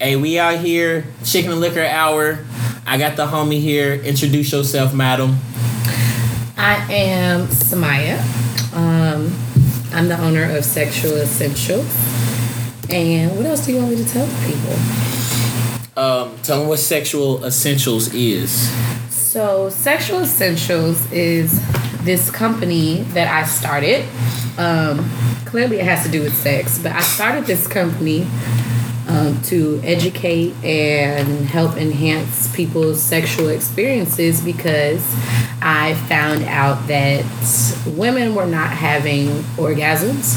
Hey, we out here, chicken and liquor hour. I got the homie here. Introduce yourself, madam. I am Samaya. Um, I'm the owner of Sexual Essentials. And what else do you want me to tell people? Um, tell them what Sexual Essentials is. So, Sexual Essentials is this company that I started. Um, clearly, it has to do with sex, but I started this company um, to educate and help enhance people's sexual experiences because I found out that women were not having orgasms.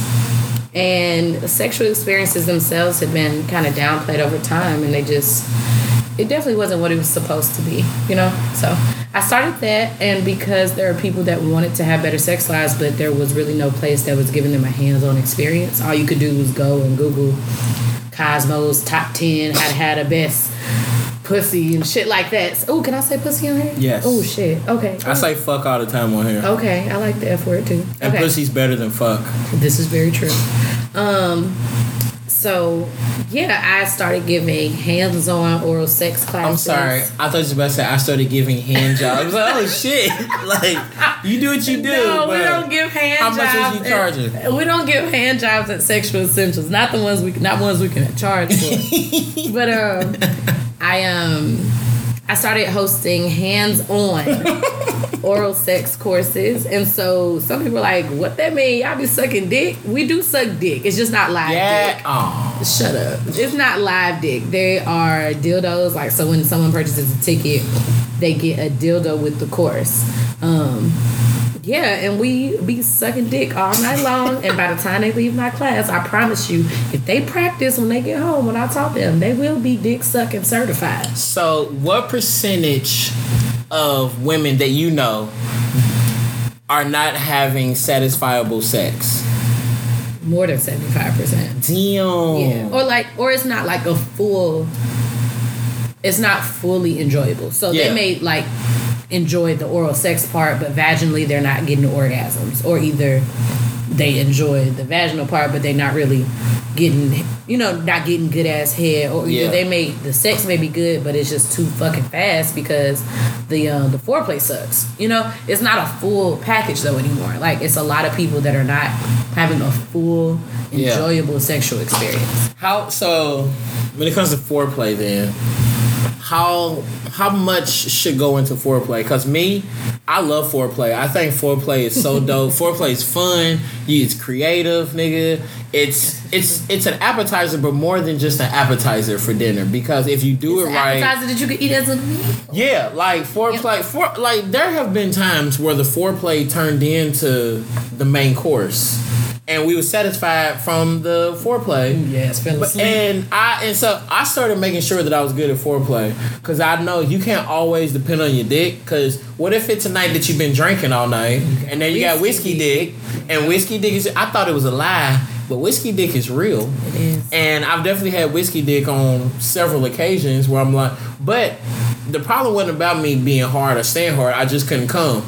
And sexual experiences themselves had been kind of downplayed over time, and they just it definitely wasn't what it was supposed to be, you know? So I started that, and because there are people that wanted to have better sex lives, but there was really no place that was giving them a hands on experience. All you could do was go and Google Cosmos top 10, how to have the best pussy and shit like that. oh, can I say pussy on here? Yes. Oh, shit. Okay. I say fuck all the time on here. Okay, I like the F word too. And okay. pussy's better than fuck. This is very true. Um, so yeah, I started giving hands-on oral sex classes. I'm sorry. I thought you was about to say I started giving hand jobs. I was like, oh shit. like, you do what you do. no, we but- don't give hand How jobs. much was you at- we don't give hand jobs at sexual essentials. Not the ones we not ones we can charge for. but um I um I started hosting hands-on oral sex courses. And so some people are like, what that mean? Y'all be sucking dick? We do suck dick. It's just not live dick. Yeah. Oh. Shut up. It's not live dick. They are dildos. Like so when someone purchases a ticket, they get a dildo with the course. Um yeah, and we be sucking dick all night long. and by the time they leave my class, I promise you, if they practice when they get home, when I taught them, they will be dick sucking certified. So, what percentage of women that you know are not having satisfiable sex? More than seventy five percent. Damn. Yeah. Or like or it's not like a full it's not fully enjoyable. So Yeah. they may like enjoy the oral sex part, but vaginally they're not getting orgasms. Or either they enjoy the vaginal part but they're not really getting you know, not getting good ass head or either Yeah. they may the sex may be good but it's just too fucking fast because the uh, the foreplay sucks. You know, it's not a full package though anymore. Like it's a lot of people that are not having a full Yeah. enjoyable sexual experience. How so? When it comes to foreplay, then how how much should go into foreplay? Cause me, I love foreplay. I think foreplay is so dope. foreplay is fun. You, it's creative, nigga. It's it's it's an appetizer, but more than just an appetizer for dinner. Because if you do it right, appetizer that you could eat as a meal. yeah, like foreplay, for like there have been times where the foreplay turned into the main course, and we were satisfied from the foreplay. Yes, fell But, and I and so I started making sure that I was good at foreplay because I know you can't always depend on your dick. Because what if it's a night that you've been drinking all night and then you got whiskey whiskey dick and whiskey dick is I thought it was a lie, but whiskey dick is real. It is. And I've definitely had whiskey dick on several occasions where I'm like, but the problem wasn't about me being hard or staying hard. I just couldn't come.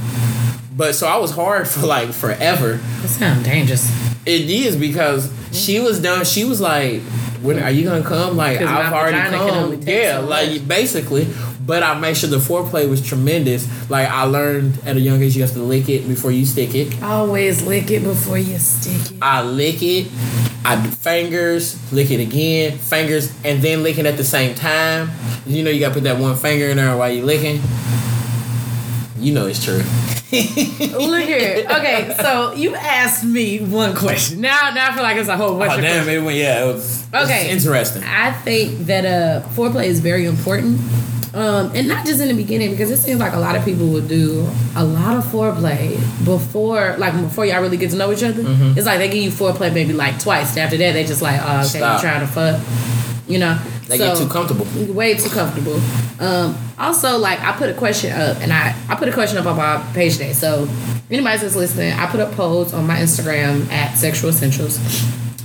But so I was hard for like forever. That sounds dangerous. It is because she was done. She was like, "When are you gonna come?" Like 'Cause I've my already vagina can only come. take Yeah, so like much. basically. But I made sure the foreplay was tremendous. Like I learned at a young age, you have to lick it before you stick it. Always lick it before you stick it. I lick it. I do fingers, lick it again, fingers, and then licking at the same time. You know, you gotta put that one finger in there while you licking. You know it's true. Look here. Okay, so you asked me one question. Now, now I feel like it's a whole bunch Oh of damn! questions. It went yeah. It was, it was Okay. interesting. I think that uh, foreplay is very important. Um, and not just in the beginning because it seems like a lot of people will do a lot of foreplay before like before y'all really get to know each other. Mm-hmm. It's like they give you foreplay maybe like twice. And after that they just like, oh okay, Stop. you trying to fuck. You know? They So- get too comfortable. way too comfortable. Um, also, like I put a question up, and I I put a question up on my page today. So anybody that's listening, I put up polls on my Instagram at Sexual Essentials,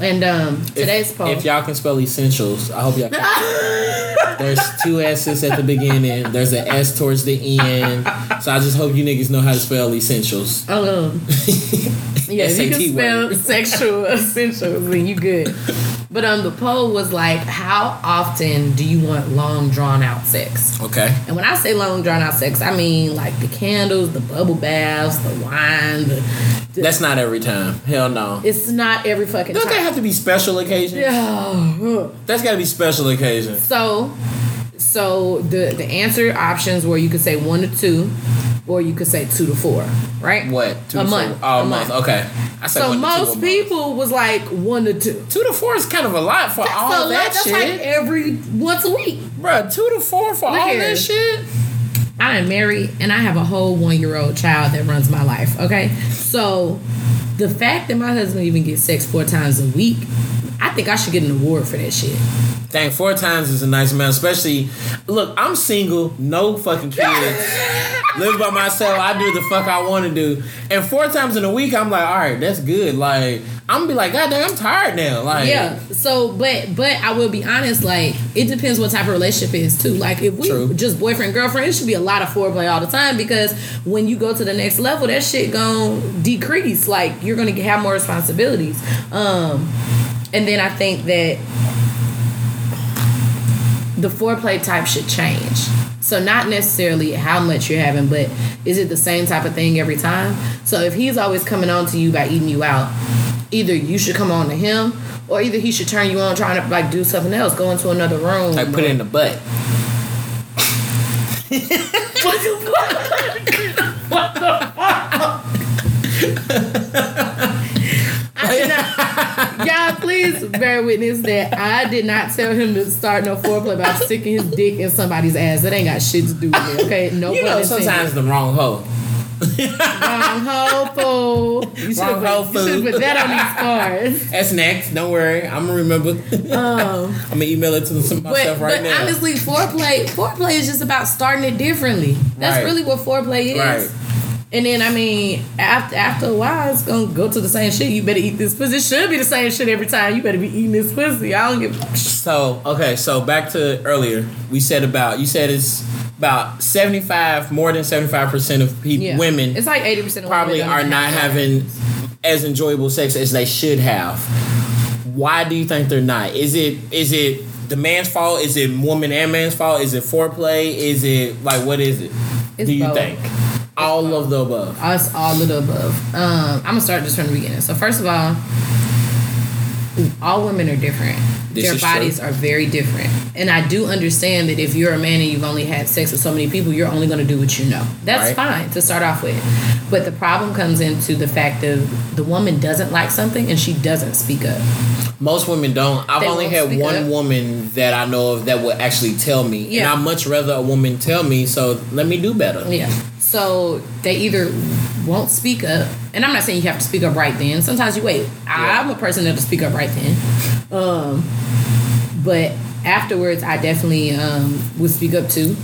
and um, If- today's poll. If y'all can spell essentials, I hope y'all. Can. There's two S's at the beginning. There's an S towards the end. So I just hope you niggas know how to spell essentials. um, yeah, if you SAT can spell word. sexual essentials, then you good. But um, the poll was like, how often do you want long drawn out sex? Okay. And when I say long drawn out sex, I mean like the candles, the bubble baths, the wine. The, That's not every time. Hell no. it's not every fucking Don't they time. have to be special occasions? Yeah. That's got to be special occasions. So, so the the answer options were you could say one to two, or you could say two to four, right? What? a to month. Four? Oh, a a month. Okay. I said So one to two a most month. people was like one to two. Two to four is kind of a lot for all so that that's like shit, every once a week. Bruh, Two to four for Look all here. that shit. I am married and I have a whole one year old child that runs my life. Okay, so the fact that my husband even gets sex four times a week, I think I should get an award for that shit. Dang, four times is a nice amount. Especially, look, I'm single, no fucking kids, live by myself. I do the fuck I want to do, and four times in a week, I'm like, all right, that's good. Like, I'm gonna be like, God damn, I'm tired now. Like, Yeah. So, but but I will be honest. Like, it depends what type of relationship it is too. Like, if we True. just boyfriend girlfriend, it should be a lot of foreplay all the time because when you go to the next level, that shit gon' decrease. Like, you're gonna have more responsibilities. Um, and then I think that the foreplay type should change. So not necessarily how much you're having, but is it the same type of thing every time? So if he's always coming on to you by eating you out, either you should come on to him, or either he should turn you on trying to like do something else, go into another room. like put it in the butt. what the fuck? What the fuck? I did not- Y'all, please bear witness that I did not tell him to start no foreplay by sticking his dick in somebody's ass. That ain't got shit to do with it. Okay, no You pun know, intended. sometimes the wrong hoe. Wrong hole fool. You should Wrong hole have put, you should've food. put that on these cards. That's next. Don't worry, I'm gonna remember. I'm gonna email it to some Um, But, myself right but now. honestly, foreplay foreplay is just about starting it differently. That's Right. really what foreplay is. Right. And then I mean, after after a while, it's gonna go to the same shit. You better eat this pussy. It should be the same shit every time. You better be eating this pussy. I don't give. a sh- So okay, so back to earlier. We said about you said it's about seventy five, more than seventy five percent of people, Yeah. women, It's like eighty percent. probably are not having as enjoyable sex as they should have. Why do you think they're not? Is it is it the man's fault? Is it woman and man's fault? Is it foreplay? Is it like what is it? It's do you both. think all of the above? us all of the above. Um, I'm gonna start just from the beginning. So first of all, all women are different. This Their is true. bodies are very different, and I do understand that if you're a man and you've only had sex with so many people, you're only gonna do what you know. That's Right. fine to start off with, but the problem comes into the fact that the woman doesn't like something and she doesn't speak up. Most women don't. I've They only won't had speak one up. woman that I know of that would actually tell me, Yeah. and I much rather a woman tell me. So let me do better. Yeah. So they either won't speak up, and I'm not saying you have to speak up right then. Sometimes you wait. I'm a person that'll speak up right then. Um, but afterwards, I definitely um, would speak up too,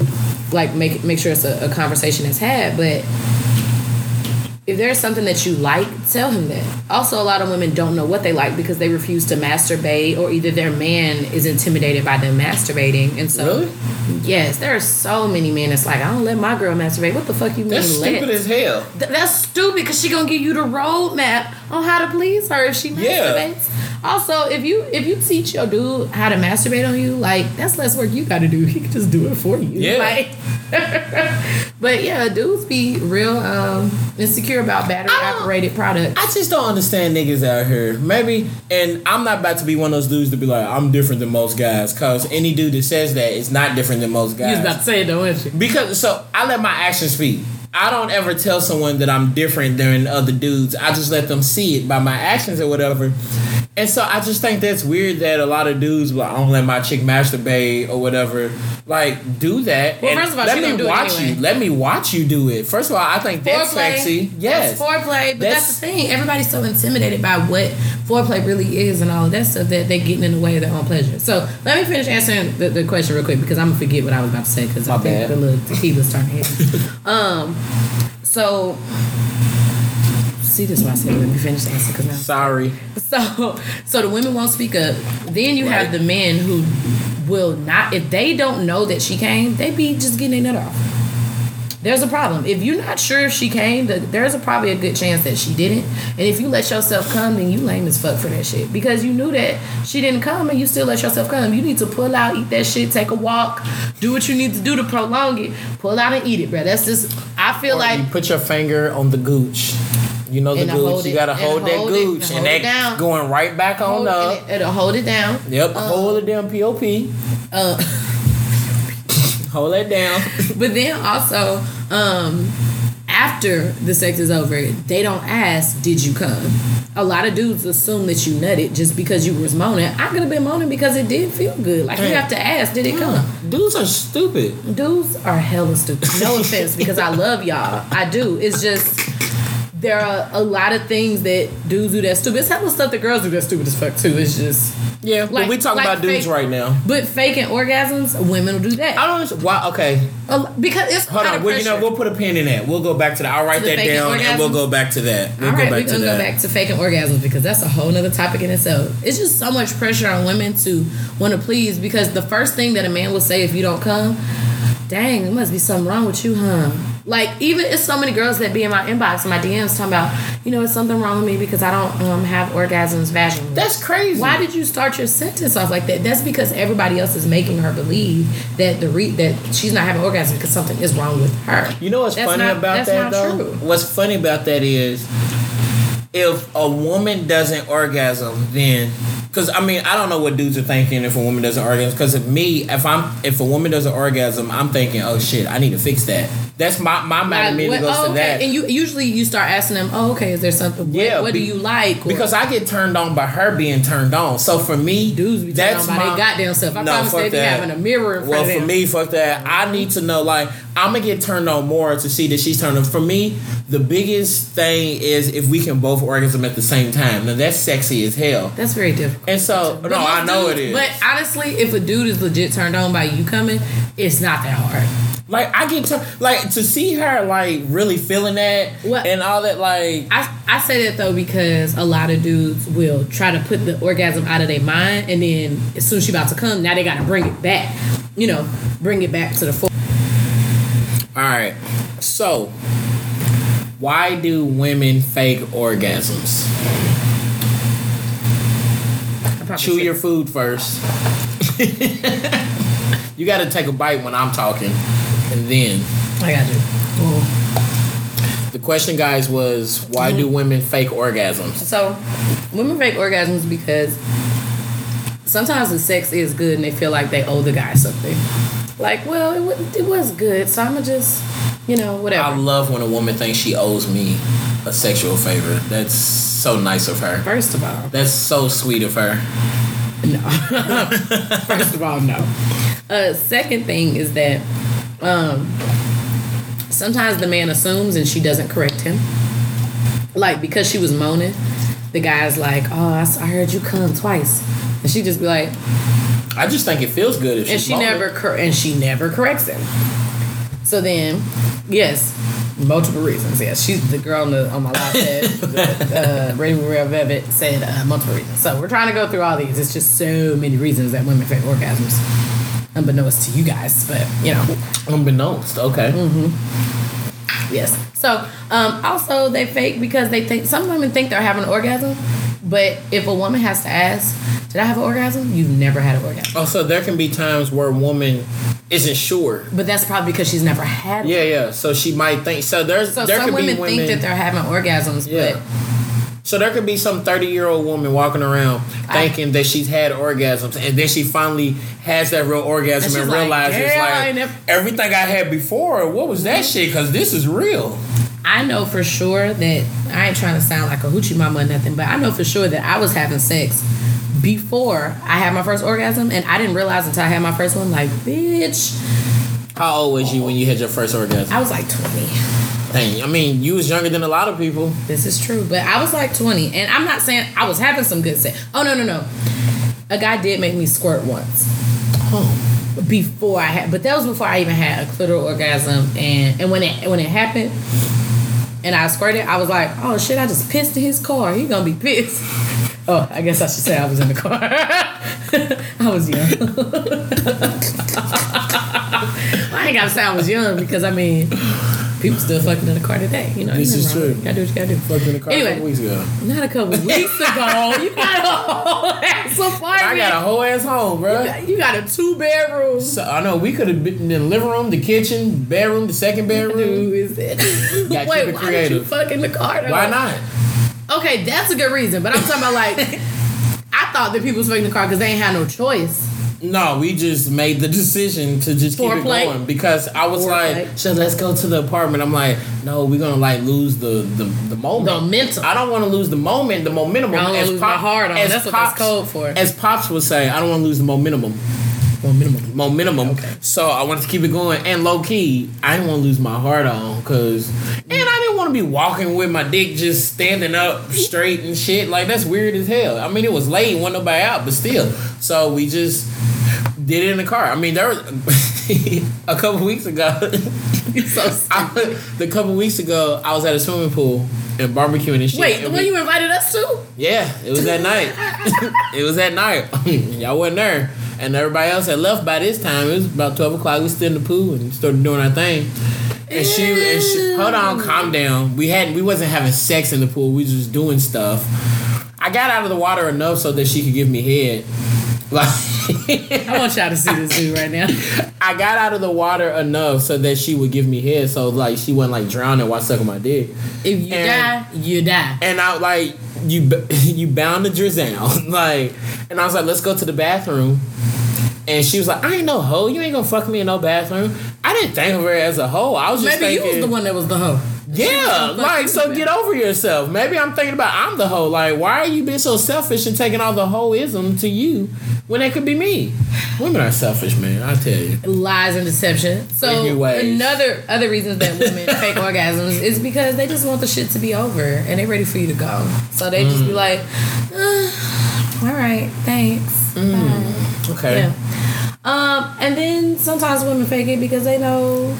like make make sure it's a, a conversation that's had. But if there's something that you like, tell him that. Also, a lot of women don't know what they like because they refuse to masturbate, or either their man is intimidated by them masturbating, and so. Really? Yes, there are so many men. It's like I don't let my girl masturbate. What the fuck you mean? That's let? stupid as hell. Th- that's stupid because she gonna give you the roadmap on how to please her if she Yeah. masturbates. Also, if you if you teach your dude how to masturbate on you, like that's less work you got to do. He can just do it for you. Yeah. Like, but yeah, dudes be real um, insecure about battery I don't- operated products. I just don't understand niggas out here. Maybe, and I'm not about to be one of those dudes to be like, I'm different than most guys. Cause any dude that says that is not different than most You guys. was about to say it though, wasn't you? because so I let my actions speak. I don't ever tell someone that I'm different than other dudes. I just let them see it by my actions or whatever. And so I just think that's weird that a lot of dudes will I don't let my chick masturbate or whatever. Like do that. Well, and first of all, let she me gonna do it watch anyway. you. Let me watch you do it. First of all, I think that's sexy. Yes. That's foreplay. But that's, That's- the thing. Everybody's so intimidated by what foreplay really is and all of that stuff that they're getting in the way of their own pleasure. So let me finish answering the, the question real quick because I'm gonna forget what I was about to say because I My think bad. the little tequila's starting to hit. um, so see this is why I said let me finish the answer because now Sorry. so so the women won't speak up. Then you have Right. the men who will not if they don't know that she came, they be just getting their nut off. there's a problem. If you're not sure if she came, th- there's a, probably a good chance that she didn't. And if you let yourself come, then you lame as fuck for that shit because you knew that she didn't come and you still let yourself come. You need to pull out, eat that shit, take a walk, do what you need to do to prolong it. Pull out and eat it, bro. That's just I feel Or like you put your finger on the gooch. You know the And I hold gooch. You it- gotta and hold that hold it- gooch, and and hold it that's down. going right back on hold, up. and it, will hold it down. Um, Yep, hold the damn pop. Uh, Hold that down. But then also, um, after the sex is over, they don't ask, "Did you come?" A lot of dudes assume that you nutted just because you was moaning. I could have been moaning because it did feel good. Like you Yeah. have to ask, "Did it come?" Dudes are stupid. Dudes are hella stupid. No offense, because I love y'all. I do. It's just. There are a lot of things that dudes do that's stupid. It's hella stuff that girls do that's stupid as fuck too. It's just, Yeah, but Like- we talking like about dudes fake- right now. but faking orgasms, women will do that I don't. understand- Why? Okay, A- because it's hold a lot on. of Well, you know, pressure. we'll put a pin in that. We'll go back to that. I'll write To the that fake down, and we'll orgasms? go back to that. We'll All go right, back we're to gonna that. go back to faking orgasms because that's a whole nother topic in itself. It's just so much pressure on women to want to please because the first thing that a man will say if you don't come, dang, there must be something wrong with you, huh? Like even it's so many girls that be in my inbox, in my DMs, talking about, you know, it's something wrong with me because I don't um, have orgasms vaginally. That's crazy. Why did you start your sentence off like that? That's because everybody else is making her believe that the re- that she's not having orgasm because something is wrong with her. You know what's That's funny not- about that's that not though? true. What's funny about that is if a woman doesn't orgasm, then because I mean I don't know what dudes are thinking if a woman doesn't orgasm. Because if me, if I'm if a woman doesn't orgasm, I'm thinking, oh shit, I need to fix that. That's my my mind Like, immediately what- goes oh, to okay. that. And you usually you start asking them, oh, okay, is there something? What, Yeah, what be- do you like? Or- because I get turned on by her being turned on. So for me, dudes be that's that's my about their goddamn self. I No, promise fuck they be that. having a mirror in front Well, of them. for me, fuck that. I need to know, like, I'm gonna get turned on more to see that she's turned on. For me, the biggest thing is if we can both orgasm at the same time. Now that's sexy as hell. that's very difficult. And so, no, But most I know dudes- it is. But honestly, if a dude is legit turned on by you coming, it's not that hard. like, I get tur- like to see her like really feeling that What- and all that. Like, I, I say that though because a lot of dudes will try to put the orgasm out of their mind, and then as soon as she about to come, now they got to bring it back. You know, bring it back to the full. all right. So, why do women fake orgasms? I probably Chew should- your food first. you got to take a bite when I'm talking, and then. I got you. The question, guys, was why do women fake orgasms? So, women fake orgasms because sometimes the sex is good and they feel like they owe the guy something. Like, well, it, wa- it was good, so I'm gonna just, you know, I whatever. love when a woman thinks she owes me a sexual favor. That's so nice of her. First of all, That's so sweet of her. no. First of all, no. Uh, second thing is that um, sometimes the man assumes and she doesn't correct him. Like, because she was moaning, the guy's like, oh, I, s- I heard you come twice. And she just be like, I just think it feels good if and she's she moaning. never cor- and she never corrects him. So then, yes, multiple reasons. Yes, she's the girl on, the, on my live said. uh, Brady Maria Vevet said uh, multiple reasons. So we're trying to go through all these. It's just so many reasons that women fake orgasms, unbeknownst to you guys. But you know, unbeknownst. Okay, Mm. yes. So um, also they fake because they think some women think they're having an orgasm, but if a woman has to ask, "Did I have an orgasm?" You've never had an orgasm. also Oh, there can be times where a woman isn't sure. But that's probably because she's never had. Yeah, yeah. So she might think. So there's So there some could women, be women. think that they're having orgasms, yeah. So there could be some thirty-year-old woman walking around I- thinking that she's had orgasms, and then she finally has that real orgasm And and, she's like, realizes "Damn, I like ain't never-" Mm-hmm. everything I had before. What was that shit? Because this is real. but I know for sure that I ain't trying to sound like a hoochie mama or nothing, but I know for sure that I was having sex before I had my first orgasm, and I didn't realize until I had my first one. Like, bitch, How old was you when you had your first orgasm? I was like twenty. Dang, I mean, you was younger than a lot of people. This is true, but I was like twenty, and I'm not saying I was having some good sex. Oh no, no, no. A guy did make me squirt once. before I had, but that was before I even had a clitoral orgasm, and and when it when it happened, and I squirted, I was like, oh shit, I just pissed in his car. He gonna be pissed. Oh, I guess I should say I was in the car. I was young. Why I ain't gotta say I was young because I mean, people still fucking in the car today. You know, This ain't is nothing wrong. true. Gotta do what you gotta do. Fucked in the car a couple Anyway. weeks ago. Not a couple weeks ago. You got a whole ass apartment. I got a whole ass home, bro. you got a two bedroom. So I know we could have been in the living room, the kitchen, bedroom, the second bedroom. Dude, is it? Gotta keep Wait, it why did you creative. fuck in the car? though? Why not? Okay, that's a good reason, but I'm talking about like, I thought that people was fucking the car because they ain't had no choice. No, we just made the decision to just keep it Foreplay? going because I was Foreplay. like, so let's go to the apartment. I'm like, no, we're gonna like lose the the, the moment. Momentum. I don't want to lose the moment, the momentum. I don't wanna As lose my heart on. as That's what that's code for. As pops would say, I don't want to lose the momentum. Momentum. Momentum. So I wanted to keep it going, and low key, I didn't want to lose my heart on because, and I didn't want to be walking with my dick just standing up straight and shit. Like that's weird as hell. I mean, it was late, wasn't nobody out, but still. So we just did it in the car. I mean, there was a couple weeks ago. so stupid. I, the couple weeks ago, I was at a swimming pool and barbecuing and shit. Wait, the and one we- you invited us to? yeah, it was that night. it was that night. Y'all wasn't there, and everybody else had left by this time. It was about twelve o'clock. We stood in the pool and started doing our thing. And she, and she, hold on, calm down. We hadn't, we wasn't having sex in the pool. We was just doing stuff. I got out of the water enough so that she could give me head. Like. I want y'all to see this dude right now. I got out of the water enough so that she would give me head, so like she wasn't like drowning while sucking my dick. If you And- die, you die. And I like you, b- you bound the drizzle, like, and I was like, let's go to the bathroom. And she was like, I ain't no hoe. You ain't gonna fuck me in no bathroom. I didn't think of her as a hoe. I was just Maybe you thinking, was the one that was the hoe. yeah, fuck like you, so. man. Get over yourself. Maybe I'm thinking about I'm the hoe. Like, why are you being so selfish and taking all the hoeism to you when it could be me? Women are selfish, man. I tell you. Lies and deception. So Anyways. another other reasons that women fake orgasms is because they just want the shit to be over and they ready for you to go. So they just be Mm. like, "Uh, all right, thanks. Bye." Mm. Okay. Yeah. Um, and then sometimes women fake it because they know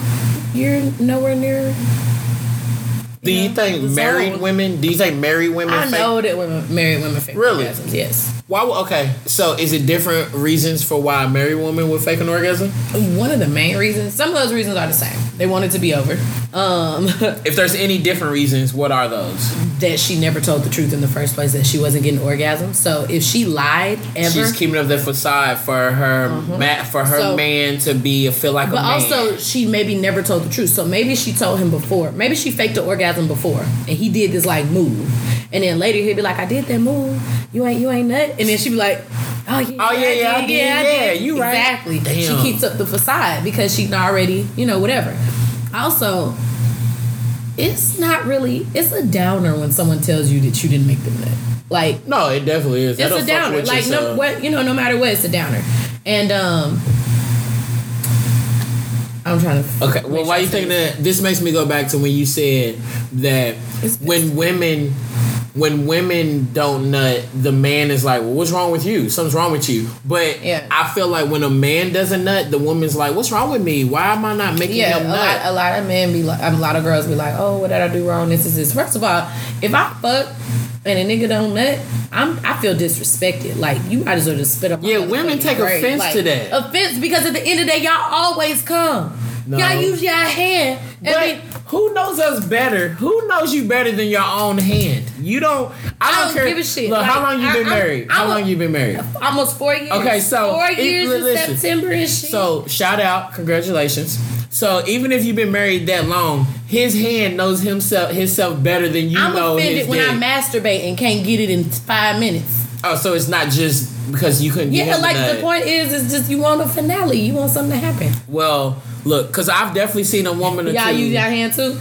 you're nowhere near. Do you know, think the married zone. women? Do you think married women? I fake- know that women, married women fake Really? orgasms. Yes. Why? would- Okay, so is it different reasons for why a married woman would fake an orgasm? One of the main reasons. Some of those reasons are the same. They want it to be over. Um, If there's any different reasons, what are those? that she never told the truth in the first place that she wasn't getting orgasm. So if she lied ever, She's keeping up the facade for her ma- for her Uh-huh. So- man to be feel like a but man. also she maybe never told the truth. So maybe she told him before. Maybe she faked the orgasm before, and he did this like move, and then later he'd be like, "I did that move. You ain't you ain't nut." And then she'd be like. Oh yeah, Oh, yeah, yeah, I did. Yeah, you right. Exactly. Damn. She keeps up the facade because she already, you know, whatever. Also, it's not really. It's a downer when someone tells you that you didn't make them nut. Like no, it definitely is. That'll it's a fuck downer. with Like you, no, so- what you know, no matter what, it's a downer. And um, I'm trying to. Okay, well, why you think that? This makes me go back to when you said that It's- when women, when women don't nut, the man is like, "Well, what's wrong with you? Something's wrong with you." But Yeah. I feel like when a man doesn't nut, the woman's like, "What's wrong with me? Why am I not making Yeah, him a nut?" lot, a lot of men be like, a lot of girls be like, oh, what did I do wrong? This is this. First of all, if I fuck and a nigga don't nut, I'm I feel disrespected. Like you might as well just spit up. my Yeah, women motherfucking take grave. offense to that. Offense because at the end of the day, y'all always come. No. Y'all use y'all hand. And but be- who knows us better? Who knows you better than your own hand? You don't. I don't, don't care. give a shit. Look, how Like, long you I- been I'm- married? I'm how a- long you been married? almost four years. Okay, so four if- years in listen. September and shit. So shout out, congratulations. So even if you've been married that long, his hand knows himself himself better than you I'm know his offended when dick. I masturbate and can't get it in five minutes. oh, so it's not just because you couldn't get Yeah, him like to the nut. point is, it's just you want a finale. You want something to happen. Well, look, because I've definitely seen a woman or Y'all two. use your hand too.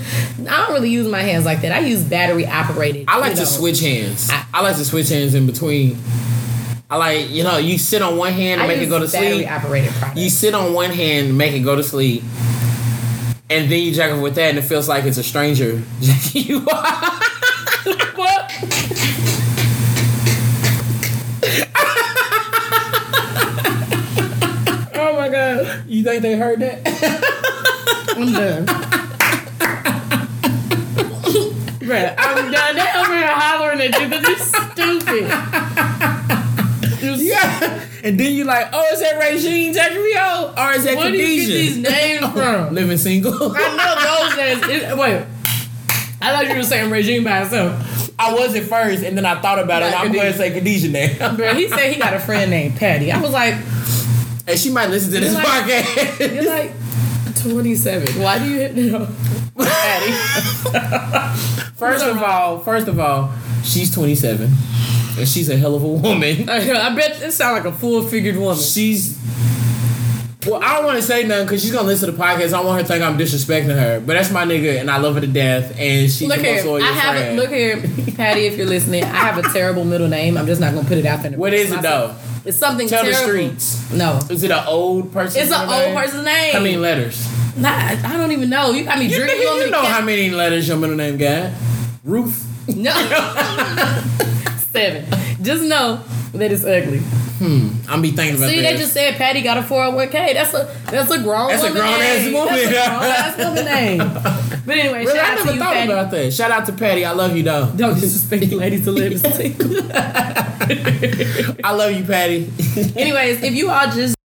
I don't really use my hands like that. I use battery operated. I like you to know. switch hands. I, I- like to switch hands in between. I like you know you sit on one hand and I make use it go to battery sleep. operated products. You sit on one hand and make it go to sleep. And then you jack off with that, and it feels like it's a stranger jacking you off. What? oh my god! You think they heard that? I'm done. Bruh, I'm done. They over here hollering at you because you're stupid. Yeah, And then you're like, oh, is that Regine Jacquerio? Or is that Where do you get these Khadijah? names from? Living single. I know those names. It, wait. I thought you were saying regime by itself. I was at first, and then I thought about it. and Not I'm going to Khadijah. say Khadijah now. Bro, he said he got a friend named Patty. I was like, And she might listen to this like- podcast. you're like 27. Why do you hit me up? Patty. First of all, first of all, she's 27, and she's a hell of a woman. I bet it sound like a full figured woman. She's well, I don't want to say nothing because she's gonna listen to the podcast. I don't want her to think I'm disrespecting her, but that's my nigga, and I love her to death. And she's Look the here, most loyal I have friend. a, look here, Patty. If you're listening, I have a terrible middle name. I'm just not gonna put it out there. What is it though? It's something Tell terrible. the streets. No, Is it an old person? it's an old person's name. How many letters? Nah, I I don't even know. You got me You, drinking. nigga, on you the know couch. how many letters your middle name got? Ruth. No. Seven. Just know that it's ugly. I'm be thinking about See, that. they just said Patty got a 401k. That's a that's a grown That's a woman grown-ass name. woman. That's a grown ass woman name. But anyway, really, shout I out never to you, thought Patty. about that. Shout out to Patty. I love you though. Don't disrespect ladies to live. I love you, Patty. Anyways, if you all just